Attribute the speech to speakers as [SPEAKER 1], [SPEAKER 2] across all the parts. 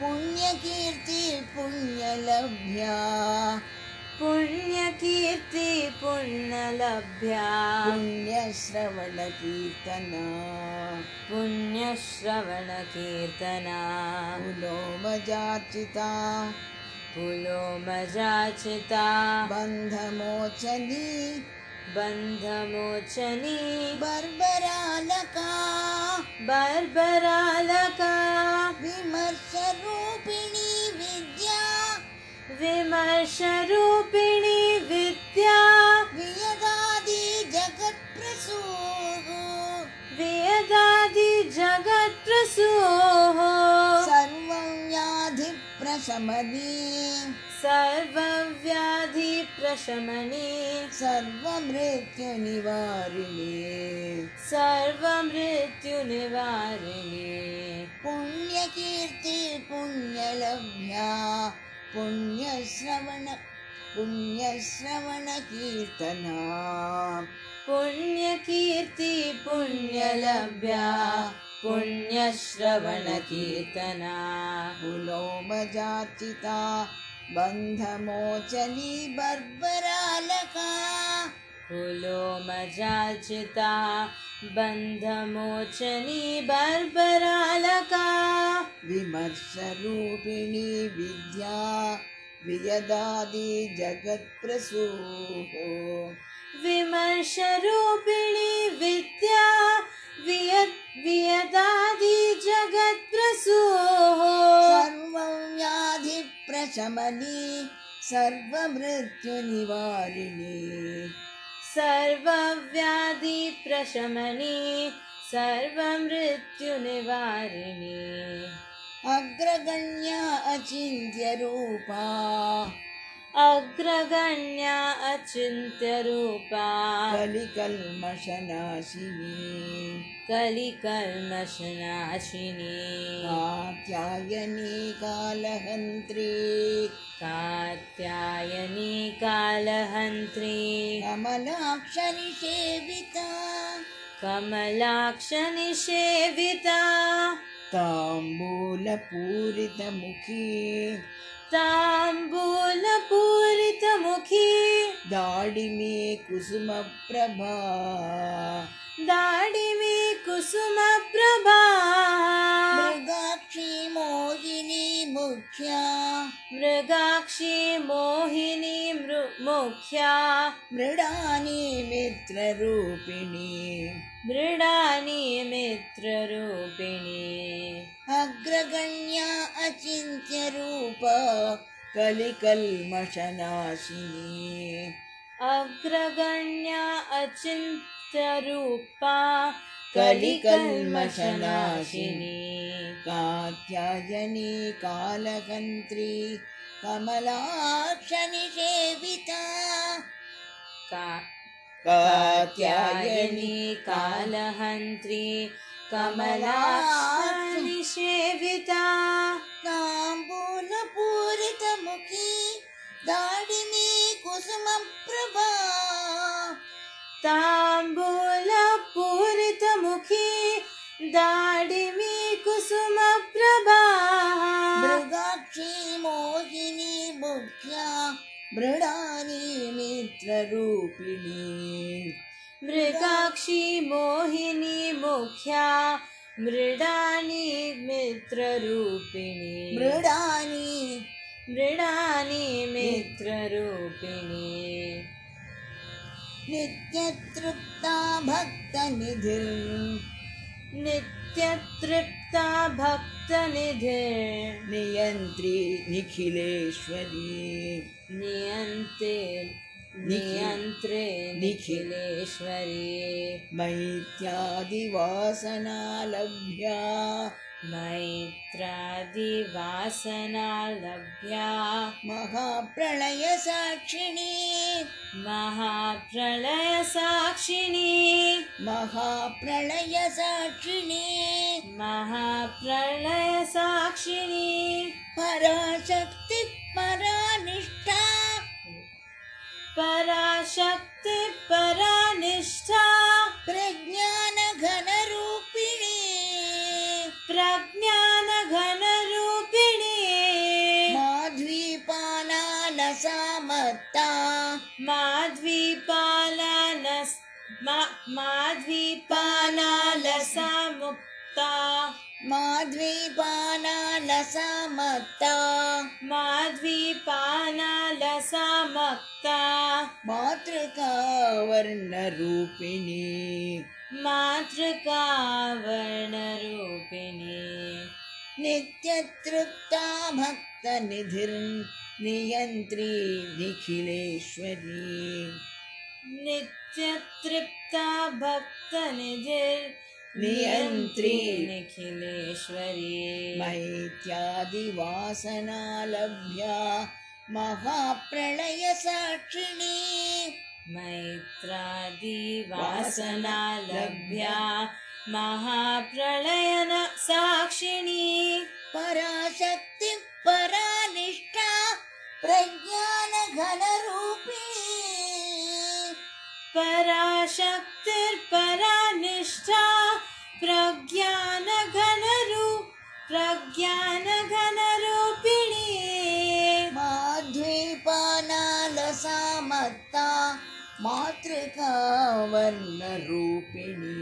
[SPEAKER 1] पुण्यकीर्ति पुण्यलभ्या
[SPEAKER 2] पुण्यकीर्ति पुण्यलभ्या
[SPEAKER 1] पुण्यश्रवणकीर्तना
[SPEAKER 2] पुण्यश्रवणकीर्तना
[SPEAKER 1] पुलोमजार्चिता
[SPEAKER 2] पुलोमजाचिता
[SPEAKER 1] बन्धमोचनी
[SPEAKER 2] बन्धमोचनी
[SPEAKER 1] बर्बरालका
[SPEAKER 2] बर्बरालका
[SPEAKER 1] विमर्शरूपिणी विद्या
[SPEAKER 2] विमर्शरूपिणी विद्या
[SPEAKER 1] वियदादि जगत्प्रसूः
[SPEAKER 2] वेदादि जगत्प्रसूः
[SPEAKER 1] सर्वं व्याधि प्रशमनी
[SPEAKER 2] सर्वव्याधि प्रशमने
[SPEAKER 1] सर्वमृत्युनिवारिणी
[SPEAKER 2] सर्वमृत्युनिवारिणे
[SPEAKER 1] पुण्यकीर्ति पुण्यलभ्या पुण्यश्रवण पुण्यश्रवणकीर्तना
[SPEAKER 2] पुण्यकीर्ति पुण्यलभ्या पुण्यश्रवणकीर्तना
[SPEAKER 1] पुलोमजार्चिता बन्धमोचनी बर्बरालका
[SPEAKER 2] कुलोमजार्जिता बन्धमोचनी बर्बरालका
[SPEAKER 1] विमर्शरूपिणी विद्या वियदादि जगत्प्रसूः
[SPEAKER 2] विमर्शरूपिणी विद्या वियत् वियदादि जगत्प्रसूः
[SPEAKER 1] सर्वं व्याधिप्रशमनी सर्वमृत्युनिवारिणी
[SPEAKER 2] सर्वव्याधि प्रशमने सर्वमृत्युनिवारिणे
[SPEAKER 1] अग्रगण्या अचिन्त्यरूपा
[SPEAKER 2] अग्रगण्या अचिन्त्यरूपा
[SPEAKER 1] कलिकल्मषनाशिनी
[SPEAKER 2] कलिकल्मषनाशिनी
[SPEAKER 1] कात्यायनी कालहन्त्री
[SPEAKER 2] कात्यायनी कालहन्त्री
[SPEAKER 1] कमलाक्षरि सेविता
[SPEAKER 2] कमलाक्षनिषेविता
[SPEAKER 1] ताम्बूलपूरितमुखी
[SPEAKER 2] ताम्बूलपूरितमुखी
[SPEAKER 1] दाडिमे कुसुमप्रभा
[SPEAKER 2] दाडिमे कुसुमप्रभा
[SPEAKER 1] मृगाक्षी मोहिनी मुख्या
[SPEAKER 2] मृगाक्षी मोहिनी मृ मुख्या
[SPEAKER 1] मृडानी मित्ररूपिणी
[SPEAKER 2] मृडानि मित्ररूपिणी
[SPEAKER 1] अग्रगण्या अचिन्त्यरूप कलिकल्मषनाशिनी
[SPEAKER 2] अग्रगण्या अचिन्त्यरूपा कलिकल्मषनाशिनी
[SPEAKER 1] कात्यायनी कालकन्त्री कमलाक्षनिषेविता
[SPEAKER 2] का-
[SPEAKER 1] कात्यायनी
[SPEAKER 2] कात्यायनी
[SPEAKER 1] काल
[SPEAKER 2] कालहन्त्री कमलाक्षनिषेविता
[SPEAKER 1] ताम्बूलपूरितमुखी दाडिनी कुसुमप्रभा
[SPEAKER 2] ताम्बूलपूरितमुखी दाडिमी कुसुमप्रभा
[SPEAKER 1] मृगाक्षी मोहिनी मुख्या मृडानी मित्ररूपिणी
[SPEAKER 2] मृगाक्षी मोहिनी मुख्या मृडानि मित्ररूपिणी
[SPEAKER 1] मृडानी
[SPEAKER 2] मृडानि मित्ररूपिणी
[SPEAKER 1] नित्यतृप्ता भक्तनिधिर्
[SPEAKER 2] नित्यतृप्ता भक्तनिधे
[SPEAKER 1] नियन्त्री निखिलेश्वरी
[SPEAKER 2] नियन्ते नियन्त्रे निखिलेश्वरी
[SPEAKER 1] मैत्यादिवासनालभ्या
[SPEAKER 2] मैत्रादिवासना लभ्या
[SPEAKER 1] महाप्रलयसाक्षिणी
[SPEAKER 2] महाप्रलयसाक्षिणी
[SPEAKER 1] महाप्रलयसाक्षिणी
[SPEAKER 2] महाप्रलयसाक्षिणी
[SPEAKER 1] पराशक्ति परानिष्ठा
[SPEAKER 2] पराशक्ति परानिष्ठा
[SPEAKER 1] प्रज्ञानघनरूपिणी
[SPEAKER 2] प्रज्ञानघनरूपिणी माध्वीपानालसा मुक्ता
[SPEAKER 1] माध्वीपानालसा मत्ता
[SPEAKER 2] माध्वीपानालसा मक्ता
[SPEAKER 1] मातृका वर्णरूपिणी
[SPEAKER 2] मातृका वर्णरूपिणी
[SPEAKER 1] नित्यतृप्ता भक्तनिधिर्नियन्त्री निखिलेश्वरी
[SPEAKER 2] नित्यतृप्ता भक्तनिधिर्नियन्त्री
[SPEAKER 1] नियन्त्री
[SPEAKER 2] निखिलेश्वरी
[SPEAKER 1] मैत्यादिवासनालभ्या महाप्रलयसाक्षिणी
[SPEAKER 2] मैत्रादिवासना लभ्या महाप्रलयन साक्षिणी
[SPEAKER 1] पराशक्ति परानिष्ठा प्रज्ञानघनरूपिणी
[SPEAKER 2] पराशक्तिर्परानिष्ठा प्रज्ञानघनरू प्रज्ञानघनरूपिणी
[SPEAKER 1] माध्वीपानालसा मत्ता मातृका वर्णरूपिणी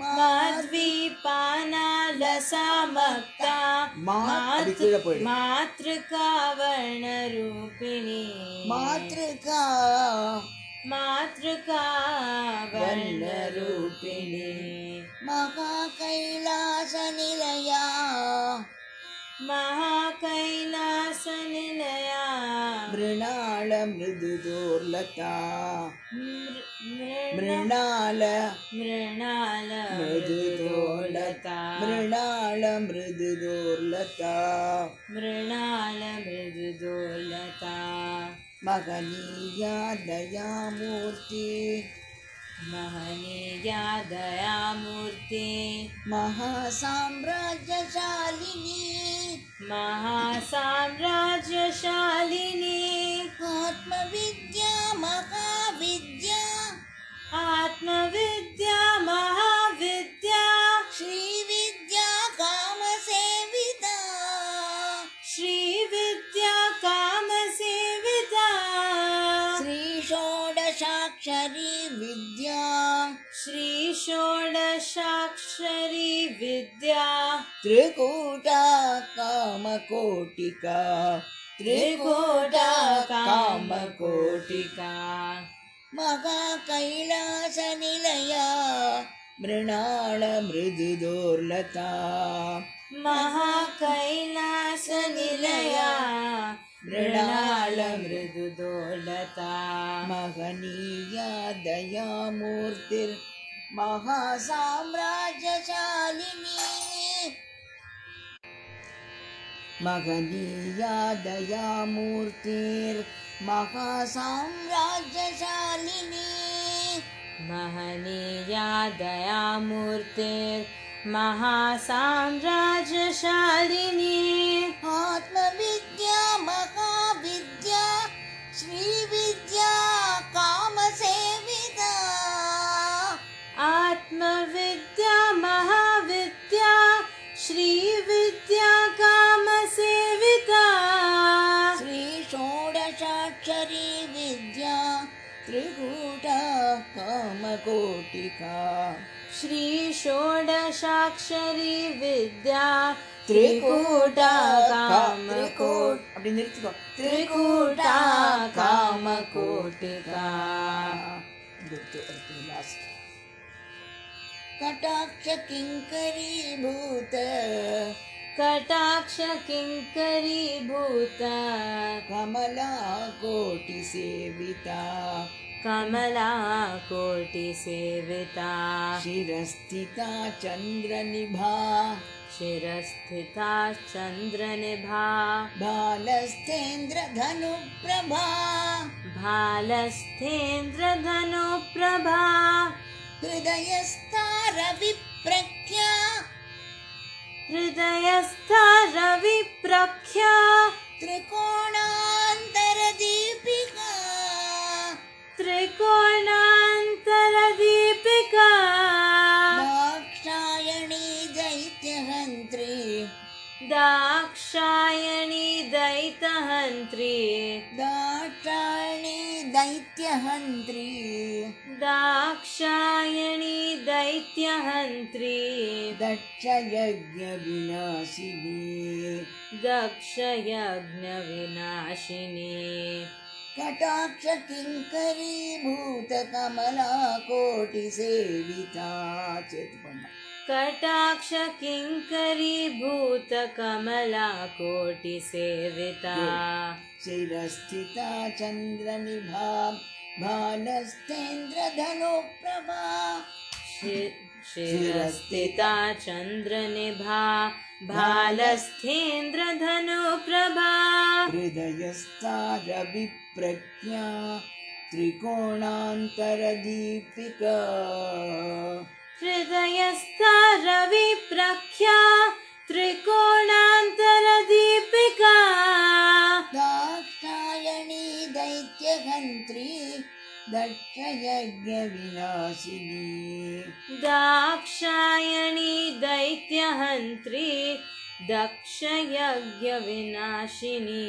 [SPEAKER 2] माद्वीपानालसा मक्ता
[SPEAKER 1] मा- अभी कीड़ा पड़ी।
[SPEAKER 2] मातृका वर्णरूपिणी
[SPEAKER 1] मातृका
[SPEAKER 2] मातृका वर्णरूपिणी
[SPEAKER 1] महाकैलासनिलया
[SPEAKER 2] महाकैलासनिलया
[SPEAKER 1] मृणालमृदुदोर्लता
[SPEAKER 2] मृ- मृण-
[SPEAKER 1] मृणाल
[SPEAKER 2] मृणाल
[SPEAKER 1] मृदुदोर्लता मृणाल मृदुदोर्लता
[SPEAKER 2] मृणाल मृदुदोलता
[SPEAKER 1] महनीया दयामूर्ति
[SPEAKER 2] महनीया दयामूर्ते
[SPEAKER 1] महासाम्राज्यशालिनी
[SPEAKER 2] महासाम्राज्यशालिनी
[SPEAKER 1] आत्मविद्या महाविद्या
[SPEAKER 2] आत्मविद्या महाविद्या
[SPEAKER 1] श्रीविद्या कामसेविता
[SPEAKER 2] श्रीविद्या कामसेविता
[SPEAKER 1] श्रीषोडशाक्षरी विद्या
[SPEAKER 2] श्रीषोडशाक्षरी विद्या
[SPEAKER 1] त्रिकूटा कामकोटिका
[SPEAKER 2] त्रिकोटा कामकोटिका
[SPEAKER 1] महाकैलासनिलया मृणालमृदुदोर्लता
[SPEAKER 2] महाकैलासनिलया मृणालमृदुदोलता
[SPEAKER 1] महनीया दयामूर्तिर्महासाम्राज्यशालिनी महनीया दयामूर्तिर्महासाम्राज्यशालिनी
[SPEAKER 2] महनीया दयामूर्तिर्महासाम्राज्यशालिनी
[SPEAKER 1] आत्मविद्या महाविद्या श्रीविद्या कामसेविता
[SPEAKER 2] आत्मविद्या महाविद्या श्रीविद्या कामसेविता
[SPEAKER 1] श्रीषोडशाक्षरी विद्या त्रिकूटा कामकोटिका
[SPEAKER 2] श्रीषोडशाक्षरी विद्या
[SPEAKER 1] त्रिकूटा
[SPEAKER 2] त्रिकूटा
[SPEAKER 1] काम
[SPEAKER 2] कामकोट
[SPEAKER 1] அப்படி நிறுத்திக்கோ
[SPEAKER 2] त्रिकूटा कामकोटिका
[SPEAKER 1] कटाक्ष किङ्करीभूत
[SPEAKER 2] कटाक्ष किङ्करीभूता
[SPEAKER 1] कमला कोटिसेविता
[SPEAKER 2] कमला कोटिसेविता
[SPEAKER 1] शिरस्थिता चन्द्रनिभा
[SPEAKER 2] शिरस्थिता चन्द्रनिभा
[SPEAKER 1] बालस्थेन्द्रधनुप्रभा
[SPEAKER 2] भालस्थेन्द्रधनुप्रभा
[SPEAKER 1] हृदयस्था रविप्रख्या
[SPEAKER 2] हृदयस्था रविप्रख्या
[SPEAKER 1] त्रिकोणान्तरदीपिका
[SPEAKER 2] त्रिकोणान्तरदीपिका
[SPEAKER 1] दाक्षायणी दैत्यहन्त्री
[SPEAKER 2] दाक्षायणी दैतहन्त्री
[SPEAKER 1] दाक्षायणी दैत्यहन्त्री
[SPEAKER 2] दाक्ष दाक्षायणी दैत्यहन्त्री
[SPEAKER 1] दक्षयज्ञविनाशिनी
[SPEAKER 2] दक्षयज्ञविनाशिनी
[SPEAKER 1] कटाक्ष किङ्करी भूतकमलाकोटिसेविता चेत्पन्न
[SPEAKER 2] कटाक्ष किङ्करीभूतकमला कोटिसेविता
[SPEAKER 1] चिरस्थिता चन्द्रनिभा भानस्थेन्द्रधनुप्रभा
[SPEAKER 2] शि- शिरस्थिता चन्द्रनिभा भालस्थेन्द्रधनुप्रभा
[SPEAKER 1] हृदयस्था रविप्रज्ञा त्रिकोणान्तरदीपिका
[SPEAKER 2] हृदयस्था रविप्रख्या त्रिकोणान्तरदीपिका
[SPEAKER 1] दाक्षायणी दैत्यहन्त्री दक्षयज्ञविनाशिनी
[SPEAKER 2] दाक्षायणी दैत्यहन्त्री दक्षयज्ञविनाशिनी